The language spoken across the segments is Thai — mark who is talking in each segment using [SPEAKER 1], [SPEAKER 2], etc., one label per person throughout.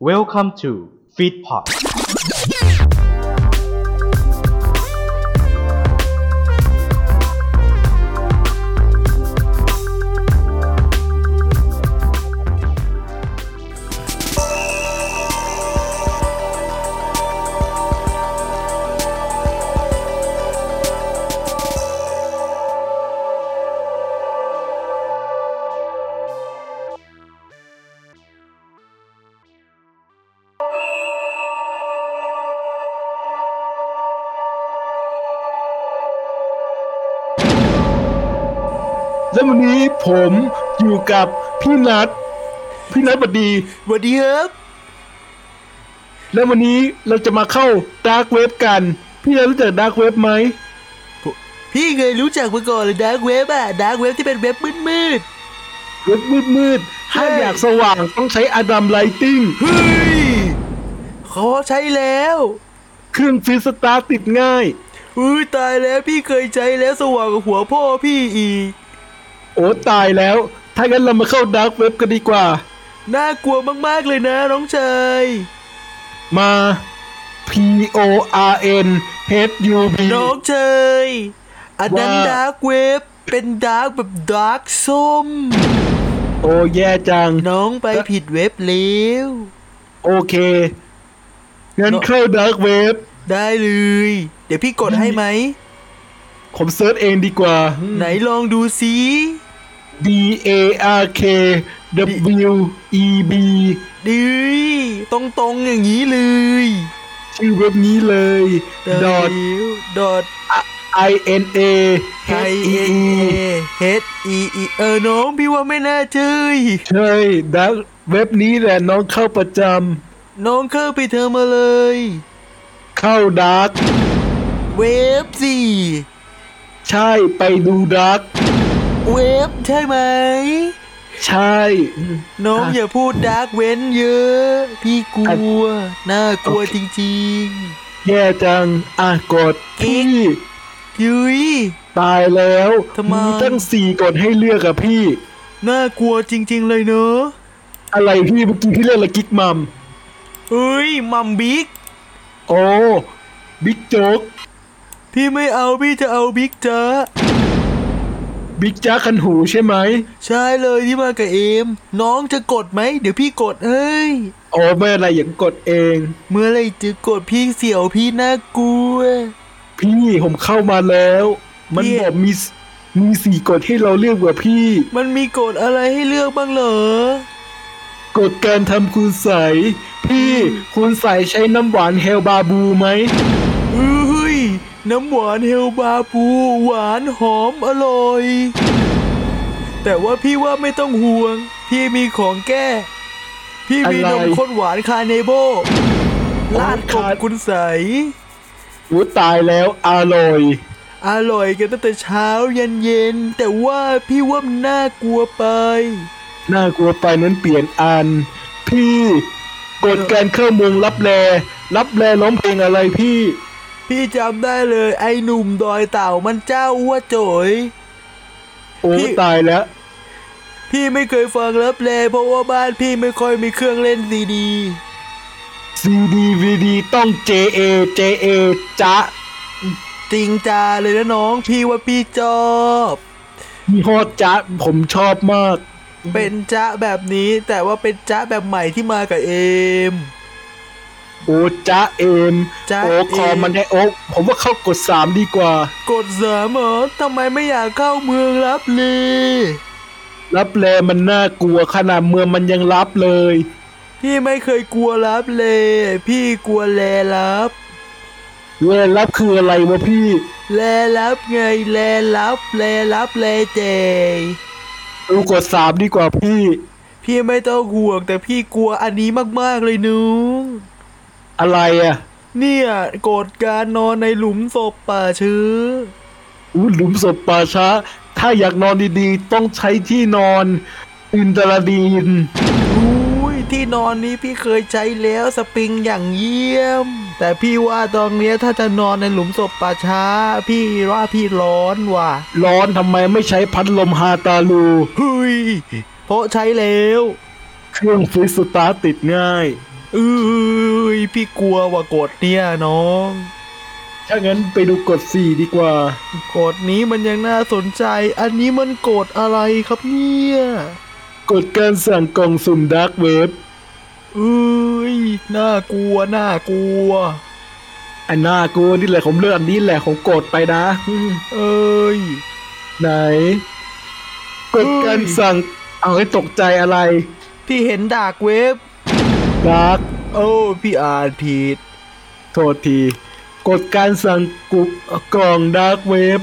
[SPEAKER 1] Welcome to Feedpot
[SPEAKER 2] และวันนี้ผมอยู่กับพี่นัทพี่นัทบดี
[SPEAKER 3] สวัสดีครับ
[SPEAKER 2] และวันนี้เราจะมาเข้าดาร์กเว็บกัน พี่นัทรู้จักดาร์กเว็บไหม
[SPEAKER 3] พี่เคยรู้จักมาก่อนเลยดาร์กเว็บอะดาร์กเว็บที่เป็นเว็บมืดมืด
[SPEAKER 2] เว็บมืดมืดๆถ้า
[SPEAKER 3] ใช่
[SPEAKER 2] อยากสว่างต้องใช้อดัมไลติง
[SPEAKER 3] ๆเฮ้ยขอใช้แล้ว
[SPEAKER 2] เครื่องฟรีสตาร์ติดง่าย
[SPEAKER 3] อุ้ยตายแล้วพี่เคยใช้แล้วสว่างกว่าหัวพ่อพี่อีก
[SPEAKER 2] โอ้ตายแล้ว ถ้างั้นเรามาเข้าดาร์กเว็บกันดีกว่า
[SPEAKER 3] น่ากลัวมากๆเลยนะน้องชาย
[SPEAKER 2] มา P O R N H U B
[SPEAKER 3] น้องชายอันนั้น
[SPEAKER 2] ว่า
[SPEAKER 3] ดาร์กเว็บเป็นดาร์กแบบดาร์กส้ม
[SPEAKER 2] โอ้แย่จัง
[SPEAKER 3] น้องไปผิดเว็บแล้ว
[SPEAKER 2] โอเคงั้น
[SPEAKER 3] เนอะ
[SPEAKER 2] เข้าดาร์กเว็บ
[SPEAKER 3] ได้เลย เดี๋ยวพี่กดให้ไหม
[SPEAKER 2] ผมเซิร์ชเองดีกว่า
[SPEAKER 3] ไหนลองดูซิ
[SPEAKER 2] D A R K W E B
[SPEAKER 3] ดีตรงๆอย่างนี้เลย
[SPEAKER 2] ชื่อเว็บนี้เลย
[SPEAKER 3] ด
[SPEAKER 2] dot
[SPEAKER 3] ดอท
[SPEAKER 2] i n a
[SPEAKER 3] ไอ
[SPEAKER 2] h e
[SPEAKER 3] เอ
[SPEAKER 2] e
[SPEAKER 3] เฮดอีเออน้องพี่ว่าไม่น่าเชื่อ
[SPEAKER 2] ใช่ดักเว็บนี้แหละน้องเข้าประจ
[SPEAKER 3] น้องเข้าไปเธอมาเลย
[SPEAKER 2] ำเข้าดัก
[SPEAKER 3] เว็บสี่
[SPEAKER 2] ใช่ไปดูดัก
[SPEAKER 3] เว็บใช่ไหม
[SPEAKER 2] ใช่
[SPEAKER 3] น้องอย่าพูดดาร์กเว้นเยอะ พี่กลัว น่ากลัวจริง
[SPEAKER 2] แย่จัง อ่ะกด
[SPEAKER 3] กิ๊
[SPEAKER 2] พี่
[SPEAKER 3] ก ๆ ยุ้ย
[SPEAKER 2] ตายแล้ว
[SPEAKER 3] ทำไม
[SPEAKER 2] ตั้งสี่กดให้เลือกอะพี่
[SPEAKER 3] น่ากลัวจริง ๆ เลยเนอะ
[SPEAKER 2] อะไรพี่เมื่อกี้พี่เล่นละไรกิ๊กมัม
[SPEAKER 3] เอ้ยมัมบิ๊ก
[SPEAKER 2] โอ้บิ๊กโจ๊ก
[SPEAKER 3] พี่ไม่เอาพี่จะเอาบิ๊กจ้า
[SPEAKER 2] บิ๊กจ้าคันหูใช่ไหม
[SPEAKER 3] ใช่เลยที่มากับเอม น้องจะกดไหม เดี๋ยวพี่กดเฮ้ย
[SPEAKER 2] โอ้ไม่อะไรอย่างกดเอง
[SPEAKER 3] เมื่อไหรจะกดพี่เสียวพี่น่ากลัว
[SPEAKER 2] พี่ผมเข้ามาแล้ว มัน
[SPEAKER 3] พี่
[SPEAKER 2] บอกมีสมีสี่กดให้เราเลือกว่าพี่
[SPEAKER 3] มันมีกดอะไรให้เลือกบ้างเหรอก
[SPEAKER 2] ดการทำคุณใสยพี่คุณใสยใช้น้ำหวานเฮลบาบูไหม
[SPEAKER 3] เอ้ย น้ำหวานเฮลบาปูหวานหอมอร่อย แต่ว่าพี่ว่าไม่ต้องห่วง พี่มีของแก้ พี่มี
[SPEAKER 2] อะไร
[SPEAKER 3] นมข้นหวานคาเนโบลาดกบ
[SPEAKER 2] คา
[SPEAKER 3] คุณใส
[SPEAKER 2] โอ้ตายแล้วอร่อย
[SPEAKER 3] อร่อยกันตั้งแต่เช้ายันเย็น แต่ว่าพี่ว่ามันน่ากลัวไป
[SPEAKER 2] น่ากลัวไปนั้นเปลี่ยนอัน พี่ กดการเข้าเมืองรับแลรับแลร้องเพลงอะไรพี่
[SPEAKER 3] พี่จำได้เลยไอ้หนุ่มดอยเต่ามันเจ้าว่าโจย
[SPEAKER 2] โอ้
[SPEAKER 3] พี่
[SPEAKER 2] ตายแล้ว
[SPEAKER 3] พี่ไม่เคยฟังเลิฟเลเพราะว่าบ้านพี่ไม่ค่อยมีเครื่องเล่นดีดี
[SPEAKER 2] ซีดีวีดีต้อง JA JA จ๊ะ
[SPEAKER 3] จริงจาเลยนะน้องพี่ว่าพี่จอบ
[SPEAKER 2] มีฮอดจ๊ะผมชอบมาก
[SPEAKER 3] เป็นจ๊ะแบบนี้ แต่ว่าเป็นจ๊ะแบบใหม่ที่มากับเอม
[SPEAKER 2] โอ้จ้าเอม
[SPEAKER 3] จ๊ะ
[SPEAKER 2] โอ้
[SPEAKER 3] เอม
[SPEAKER 2] คอมันได้โอ้ผมว่าเข้ากดสามดีกว่า
[SPEAKER 3] กดเสริมเหรอทำไมไม่อยากเข้าเมืองลับเลย
[SPEAKER 2] รับแลมันน่ากลัวขนาดเมืองมันยังรับเลย
[SPEAKER 3] พี่ไม่เคยกลัวลับเลย พี่กลัวแลลับ
[SPEAKER 2] เวลรับคืออะไรวะพี่
[SPEAKER 3] แลลับไงแลลับแลลับแลเจ
[SPEAKER 2] ดูกดสามดีกว่าพี่
[SPEAKER 3] พี่ไม่ต้องห่วงแต่พี่กลัวอันนี้มากๆเลยนุ้ง
[SPEAKER 2] อะไรอ่ะ
[SPEAKER 3] เนี่ยโกรธการนอนในหลุมศพป่าชื้อ
[SPEAKER 2] อู้หลุมศพป่าช้า ถ้าอยากนอนดีๆ ต้องใช้ที่นอนอินตราดีน
[SPEAKER 3] อุ้ยที่นอนนี้พี่เคยใช้แล้วสปริงอย่างเยี่ยม แต่พี่ว่าตอนเนี้ยถ้าจะนอนในหลุมศพป่าช้า พี่ว่าพี่ร้อนว่ะ
[SPEAKER 2] ร้อนทำไมไม่ใช้พัดลมฮาตาลู
[SPEAKER 3] เฮ้ยเพราะใช้แล้ว
[SPEAKER 2] เครื่องฟรีสตาร์ทติดง่าย
[SPEAKER 3] เ เอ้ยพี่กลัวว่ากดเนี่ยน้อง
[SPEAKER 2] ถ้างั้นไปดูกดสี่ดีกว่า
[SPEAKER 3] กดนี้มันยังน่าสนใจ อันนี้มันกดอะไรครับเนี่ย
[SPEAKER 2] กดการสั่งกล่องสุ่มดาร์กเว็บ
[SPEAKER 3] เอ้ยน่ากลัวน่ากลัว
[SPEAKER 2] อันน่ากูนี่แหละผมเลือกอันนี้แหละผมกดไปนะอืม
[SPEAKER 3] เอ้ย
[SPEAKER 2] ไหน กดการสั่ง เอาให้ตกใจอะไร
[SPEAKER 3] พี่เห็นดากเวฟ
[SPEAKER 2] ดาร์ก
[SPEAKER 3] โอ้พี่อ่านผิด
[SPEAKER 2] โทษที กดการสั่งกุบกล่องดาร์กเว็บ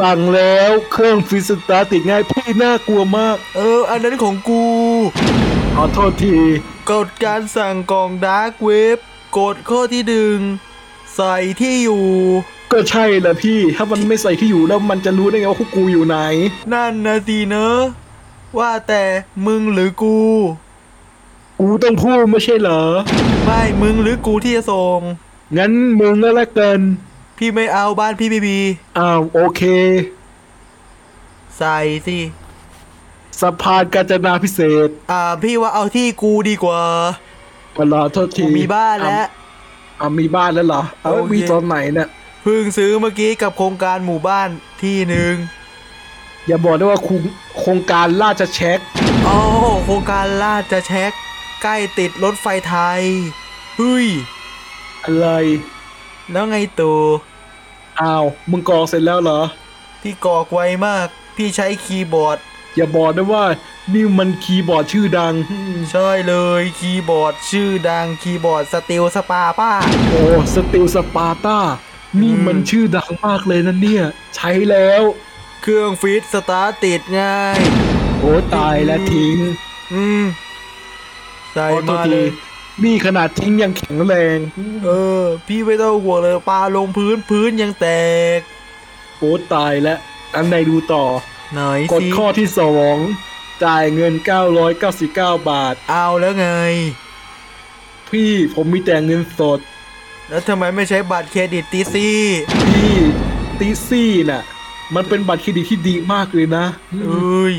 [SPEAKER 2] สั่งแล้วเครื่องฟรีสตาร์ทติดง่ายพี่น่ากลัวมาก
[SPEAKER 3] เออ อันนั้นของกู
[SPEAKER 2] ขอโทษที
[SPEAKER 3] กดการสั่งกล่องดาร์กเวฟกดข้อที่ดึง ใส่ที่อยู่
[SPEAKER 2] ก็ใช่แหละพี่ ถ้ามันไม่ใส่ที่อยู่แล้วมันจะรู้ได้ไงว่าพวกกูอยู่ไหน
[SPEAKER 3] นั่นนะสิเนอะว่าแต่มึงหรือกู
[SPEAKER 2] กูต้องพูดไม่ใช่เหรอ
[SPEAKER 3] ไม่มึงหรือกูที่จะส่ง
[SPEAKER 2] งั้นมึงก็แล้วกัน
[SPEAKER 3] พี่ไม่เอาบ้านพี่บีบี
[SPEAKER 2] อ้าวโอเค
[SPEAKER 3] ใส่สิ
[SPEAKER 2] สะพานกาญจนาพิเศษก
[SPEAKER 3] อ่าพี่ว่าเอาที่กูดีกว่า
[SPEAKER 2] อ๋อเหรอโทษที
[SPEAKER 3] กูมีบ้านแล้ว
[SPEAKER 2] อ่ะมีบ้านแล้วเหรอ เอา
[SPEAKER 3] โอเค
[SPEAKER 2] มีตอนไหนเนี่ย
[SPEAKER 3] เพิ่งซื้อเมื่อกี้กับโครงการหมู่บ้านที่หนึ่ง
[SPEAKER 2] อย่าบอกได้ว่าคุงโครงการราชเช็ค
[SPEAKER 3] โอ้โครงการลาดจะเช็ค ใกล้ติดรถไฟไทยเฮ้ย
[SPEAKER 2] อะไร
[SPEAKER 3] แล้วไงตัว
[SPEAKER 2] อ้าว มึงกรอกเสร็จแล้วเหรอ
[SPEAKER 3] พี่กรอกไวมาก พี่ใช้คีย์บอร์ด
[SPEAKER 2] อย่าบอกได้ว่า นี่มันคีย์บอร์ดชื่อดัง
[SPEAKER 3] ใช่เลยคีย์บอร์ดชื่อดังคีย์บอร์ดสติลสปาป้า
[SPEAKER 2] โอ้สติลสปาร์ตานี่มัน
[SPEAKER 3] อืม
[SPEAKER 2] ชื่อดังมากเลยนะเนี่ย ใช้แล้ว
[SPEAKER 3] เครื่องฟีดสตาร์ทติดง่าย
[SPEAKER 2] โอ้ตายแล้วทิ้ง
[SPEAKER 3] อืม ใส่
[SPEAKER 2] โอ้ตัว
[SPEAKER 3] มาเล
[SPEAKER 2] ที
[SPEAKER 3] ย
[SPEAKER 2] นี่ขนาดทิ้งยังแข็งแรง
[SPEAKER 3] เออ พี่ไม่ต้องห่วงเลยปลาลงพื้นพื้นยังแตก
[SPEAKER 2] โอ้ตายแล้วอันไหนดูต่อ
[SPEAKER 3] ไหน
[SPEAKER 2] กด
[SPEAKER 3] สิ
[SPEAKER 2] ข้อที่สองจ่ายเงิน 999 บาท
[SPEAKER 3] เอาแล้วไง
[SPEAKER 2] พี่ผมมีแต่เงินสด
[SPEAKER 3] แล้วทำไมไม่ใช้บัตรเครดิตตีซี่
[SPEAKER 2] พี่ติซี่น่ะ มันเป็นบัตรเครดิตที่ดีมากเลยนะ
[SPEAKER 3] เอ้ย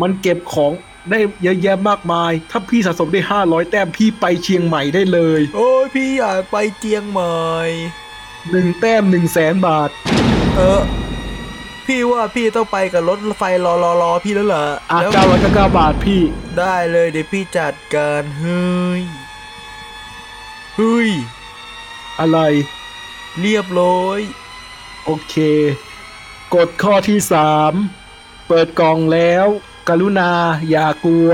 [SPEAKER 2] มันเก็บของได้เยอะแยะมากมาย ถ้าพี่สะสมได้ 500 แต้มพี่ไปเชียงใหม่ได้เลย
[SPEAKER 3] โอ้ยพี่อยากไปเจียงใหม่
[SPEAKER 2] 1 แต้ม 1 0 0 0 0แสนบาท
[SPEAKER 3] เออ พี่ว่าพี่ต้องไปกับรถไฟรอรอรอพี่แล้วเหรอ
[SPEAKER 2] อ่ะ
[SPEAKER 3] แล้ว
[SPEAKER 2] 999 บาทพี่
[SPEAKER 3] ได้เลยเดี๋ยวพี่จัดการเฮ้ยเฮ้ย
[SPEAKER 2] อะไร
[SPEAKER 3] เรียบร้อย
[SPEAKER 2] โอเค กดข้อที่สามเปิดกล่องแล้ว กรุณาอย่ากลัว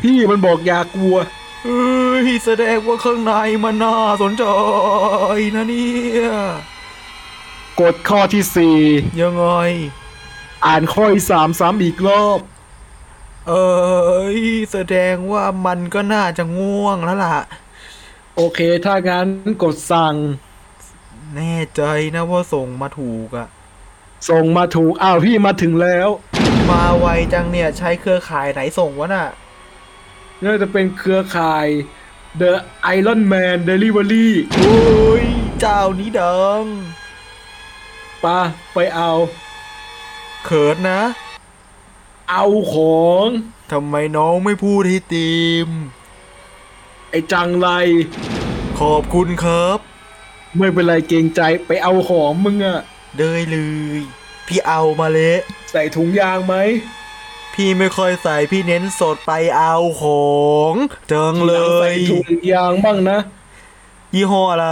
[SPEAKER 2] พี่มันบอกอย่ากลัว
[SPEAKER 3] เฮ้ยแสดงว่าข้างในมันน่าสนใจนะเนี่ย
[SPEAKER 2] กดข้อที่สี่
[SPEAKER 3] ยังไง
[SPEAKER 2] อ่านข้อที่สามซ้ำอีกรอบ
[SPEAKER 3] เอ้ยแสดงว่ามันก็น่าจะง่วงแล้วล่ะ
[SPEAKER 2] โอเค ถ้างั้นกดสั่ง
[SPEAKER 3] แน่ใจนะว่าส่งมาถูกอะ
[SPEAKER 2] ส่งมาถูก อ้าวพี่มาถึงแล้ว
[SPEAKER 3] มาไวจังเนี่ยใช้เครือข่ายไหนส่งวะน่ะ
[SPEAKER 2] น่าจะเป็นเครือข่าย The Iron Man Delivery
[SPEAKER 3] โอ้ย เจ้านี้ดัง
[SPEAKER 2] ปะไปเอา
[SPEAKER 3] เขินนะ
[SPEAKER 2] เอาของ
[SPEAKER 3] ทำไมน้องไม่พูดให้ตีม
[SPEAKER 2] ไอ้จังไร
[SPEAKER 3] ขอบคุณครับ
[SPEAKER 2] ไม่เป็นไรเกรงใจไปเอาของมึงอะ
[SPEAKER 3] เดยเลย พี่เอามาเละ
[SPEAKER 2] ใส่ถุงยางไหม
[SPEAKER 3] พี่ไม่ค่อยใส่พี่เน้นสดไปเอาของจังเล
[SPEAKER 2] ใส่
[SPEAKER 3] ย
[SPEAKER 2] ถุงยางบ้างนะ
[SPEAKER 3] ยี่ห้ออะไร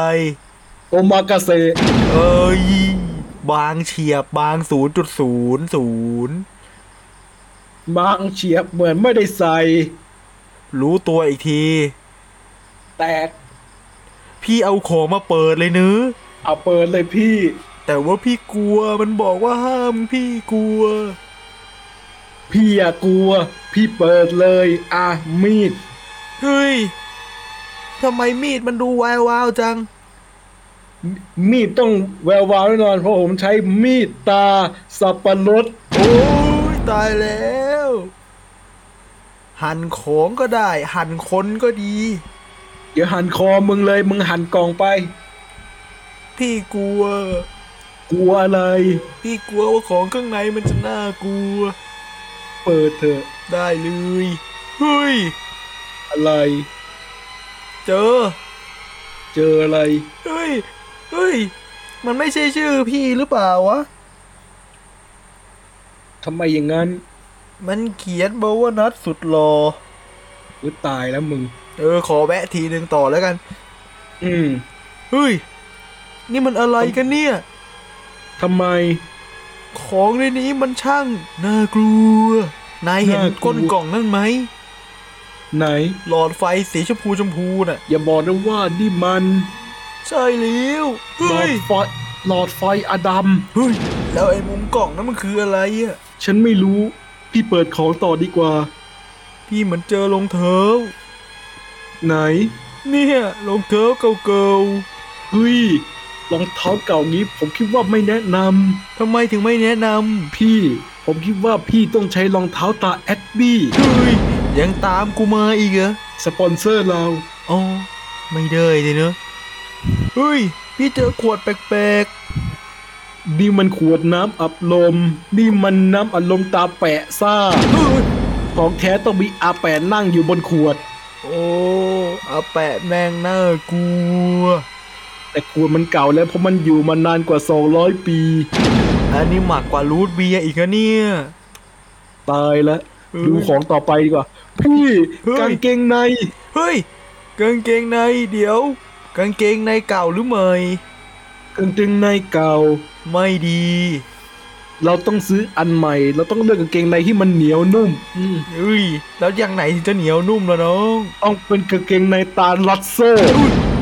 [SPEAKER 2] โอมากาเซ
[SPEAKER 3] เอ้ย บางเฉียบบาง 0.00
[SPEAKER 2] บางเฉียบเหมือนไม่ได้ใส่
[SPEAKER 3] รู้ตัวอีกที
[SPEAKER 2] แตก
[SPEAKER 3] พี่เอาของมาเปิดเลยเนื้อ
[SPEAKER 2] เอาเปิดเลยพี่
[SPEAKER 3] แต่ว่าพี่กลัวมันบอกว่าห้ามพี่กลัว
[SPEAKER 2] พี่อย่ากลัว พี่เปิดเลย อ่ะ มีด
[SPEAKER 3] เฮ้ย ทำไมมีดมันดูวายวาวจัง
[SPEAKER 2] มีดต้องแวววาวแน่นอน เพราะผมใช้มีดตาสับปะรด
[SPEAKER 3] โอ้ยตายแล้ว หั่นของก็ได้ หั่นคนก็ดี
[SPEAKER 2] เดี๋ยวหั่นคอมึงเลย มึงหั่นกล่องไป
[SPEAKER 3] พี่กลัว
[SPEAKER 2] กลัวอะไร
[SPEAKER 3] พี่กลัวว่าของข้างในมันจะน่ากลัว
[SPEAKER 2] เปิดเถอะ
[SPEAKER 3] ได้เลย เฮ้ย
[SPEAKER 2] อะไร
[SPEAKER 3] เจอ
[SPEAKER 2] เจออะไร
[SPEAKER 3] เฮ้ย เฮ้ย มันไม่ใช่ชื่อพี่หรือเปล่าวะ
[SPEAKER 2] ทำไมอย่างนั้น
[SPEAKER 3] มันเขียนบอกว่านัดสุดหลอ
[SPEAKER 2] หรือตายแล้วมึง
[SPEAKER 3] เออ ขอแวะทีหนึ่งต่อแล้วกัน
[SPEAKER 2] อืม
[SPEAKER 3] เฮ้ย นี่มันอะไรกันเนี่ย
[SPEAKER 2] ทำไม
[SPEAKER 3] ของในนี้มันช่าง น่ากลัว นายเห็น
[SPEAKER 2] น่ากลัว
[SPEAKER 3] ก้นกล่องนั่นไหม
[SPEAKER 2] ไหน
[SPEAKER 3] หลอดไฟสีชมพูชมพูน่ะ
[SPEAKER 2] อย่าบอกนะว่านี่มัน
[SPEAKER 3] ใช่แล้ว
[SPEAKER 2] หลอ
[SPEAKER 3] เฮ้
[SPEAKER 2] ด
[SPEAKER 3] ย
[SPEAKER 2] ไฟหลอดไฟอดัม
[SPEAKER 3] เฮ้ย แล้วไอ้มุมกล่องนั้นมันคืออะไรอ่ะ
[SPEAKER 2] ฉันไม่รู้ พี่เปิดของต่อดีกว่า
[SPEAKER 3] พี่เหมือนเจอรองเท้า
[SPEAKER 2] ไหน
[SPEAKER 3] เนี่ยรองเท้าเก่า
[SPEAKER 2] เฮ้ยรองเท้าเก่านี้ ผมคิดว่าไม่แนะน
[SPEAKER 3] ๆทำไมถึงไม่แนะนำ
[SPEAKER 2] ำพี่ ผมคิดว่าพี่ต้องใช้รองเท้าตาแอดดี้
[SPEAKER 3] เฮ้ยยังตามกูมาอีกเหรอ
[SPEAKER 2] สปอนเซอร์เรา
[SPEAKER 3] อ๋อไม่ได้เลยเนอะเฮ้ย พี่เจอขวดแปลก
[SPEAKER 2] นี่มันขวดน้ำอับลม นี่มันน้ำอัดลมตาแปะซ่า
[SPEAKER 3] ๆเฮ้ย
[SPEAKER 2] ของแท้ต้องมีอาแปะนั่งอยู่บนขวด
[SPEAKER 3] โอ้อาแปะแมงน่ากลัว
[SPEAKER 2] แต่ขวดมันเก่าแล้วเพราะมันอยู่มานานกว่า 200 ปี
[SPEAKER 3] อันนี้หมักกว่ารูทเบียร์อีกนะเนี่ย
[SPEAKER 2] ตายแล้ว
[SPEAKER 3] เฮ้ย
[SPEAKER 2] ดูของต่อไปดีกว่า พี่
[SPEAKER 3] เฮ้ย
[SPEAKER 2] กางเกงใน
[SPEAKER 3] เฮ้ยกางเกงในเดี๋ยว กางเกงในเก่าหรือใหม่
[SPEAKER 2] กางเกงในเก่า
[SPEAKER 3] ไม่ดี
[SPEAKER 2] เราต้องซื้ออันใหม่ เราต้องเลือกกางเกงในที่มันเหนียวนุ่มอืม
[SPEAKER 3] เฮ้ย แล้วอย่างไหนถึงจะเหนียวนุ่มล่ะน้อง
[SPEAKER 2] ต้องเป็นกางเกงในตาลัดโซ่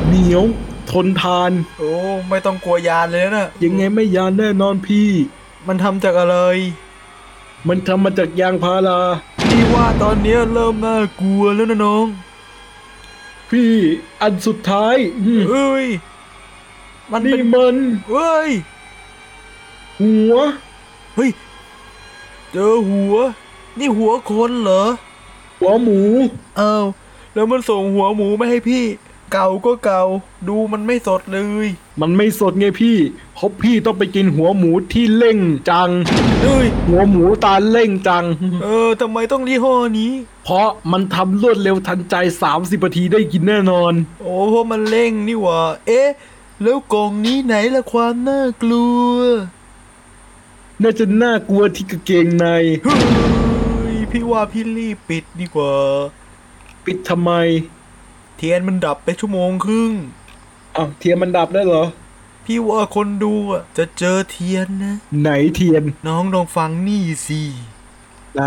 [SPEAKER 2] เหนียว ทนทาน
[SPEAKER 3] โอ้ไม่ต้องกลัวยานเลยนะ
[SPEAKER 2] ยังไงไม่ยานแน่นอนพี่
[SPEAKER 3] มันทำจากอะไร
[SPEAKER 2] มันทำมาจากยางพารา
[SPEAKER 3] พี่ว่าตอนเนี้ยเริ่มน่ากลัวแล้วนะน้อง
[SPEAKER 2] พี่อันสุดท้ายอืม
[SPEAKER 3] เอ้ย มันเป็
[SPEAKER 2] นี่
[SPEAKER 3] น
[SPEAKER 2] มัน
[SPEAKER 3] เอ้ย
[SPEAKER 2] หัว
[SPEAKER 3] เฮ้ย เจอหัว นี่หัวคนเหรอ
[SPEAKER 2] หัวหมู
[SPEAKER 3] อ้าว แล้วมันส่งหัวหมูมาให้พี่ เก่าก็เก่า ดูมันไม่สดเลย
[SPEAKER 2] มันไม่สดไงพี่เพราะพี่ต้องไปกินหัวหมูที่เล่งจัง
[SPEAKER 3] เอ้ย
[SPEAKER 2] หัวหมูตาเล่งจัง
[SPEAKER 3] เออทำไมต้องยี่ห้อนี้
[SPEAKER 2] เพราะมันทำรวดเร็วทันใจ 30นาทีได้กินแน่นอน
[SPEAKER 3] โอ้เพราะมันเร่งนี่หว่า เอ๊ะ แล้วกล่องนี้ไหนละความน่ากลัว
[SPEAKER 2] น่าจะน่ากลัวที่กางเกงใน
[SPEAKER 3] เฮ้ย พี่ว่าพี่รีบปิดดีกว่า
[SPEAKER 2] ปิดทำไม
[SPEAKER 3] เทียนมันดับไปชั่วโมงครึ่ง
[SPEAKER 2] อ้าวเทียนมันดับได้เหรอ
[SPEAKER 3] พี่ว่าคนดูอะจะเจอเทียนนะ
[SPEAKER 2] ไหนเทียน
[SPEAKER 3] น้องลองฟังนี่สิ
[SPEAKER 2] ไหน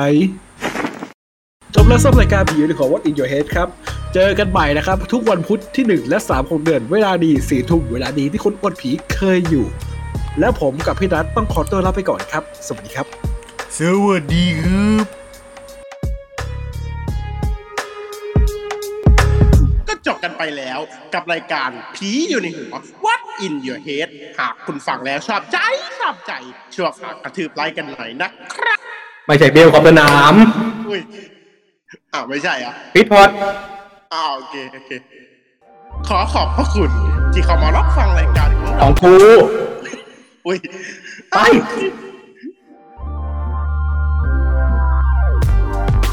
[SPEAKER 2] จบแล้วสำหรับรายการผีอยู่ในของ What in Your Head ครับ เจอกันใหม่นะครับ ทุกวันพุธที่ 1 และ 3 ของเดือน เวลาดี4ทุ่มเวลาดีที่คนอวดผีเคยอยู่ และผมกับพี่นัทต้องขอตัวลาไปก่อนครับ สวัสดีครับ
[SPEAKER 3] สวัสดีครับ
[SPEAKER 4] ก็จบกันไปแล้วกับรายการผีอยู่ในหัว What in your head หากคุณฟังแล้วชอบใจชอบใจช่วยฝากกระทืบไลค์กันหน่อยนะครับ
[SPEAKER 5] ไม่ใช่เบลกับสนาม
[SPEAKER 4] อุ้ยอ้าวไม่ใช่เหรอ่ะ
[SPEAKER 5] ฟิตพอด
[SPEAKER 4] อ้าวโอเคโอเค ขอขอบพระคุณ ที่เข้ามารับฟังรายการของ
[SPEAKER 5] ข
[SPEAKER 4] เรา
[SPEAKER 5] องกู
[SPEAKER 4] อุ้ย
[SPEAKER 5] ไป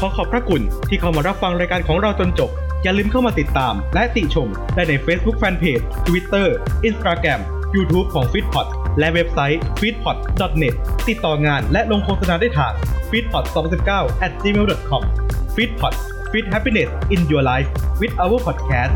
[SPEAKER 1] ขอขอบพระคุณที่เข้ามารับฟังรายการของเราจนจบ อย่าลืมเข้ามาติดตาม และติชม ได้ใน Facebook Fanpage Twitter Instagram YouTube ของ f e e d p o t และเว็บไซต์ f e e d p o t n e t ติดต่องานและลงโฆษณาได้ทาง f e e d p o t 2019 at gmail.com f e e d p o t f e e d happiness in your life with our podcast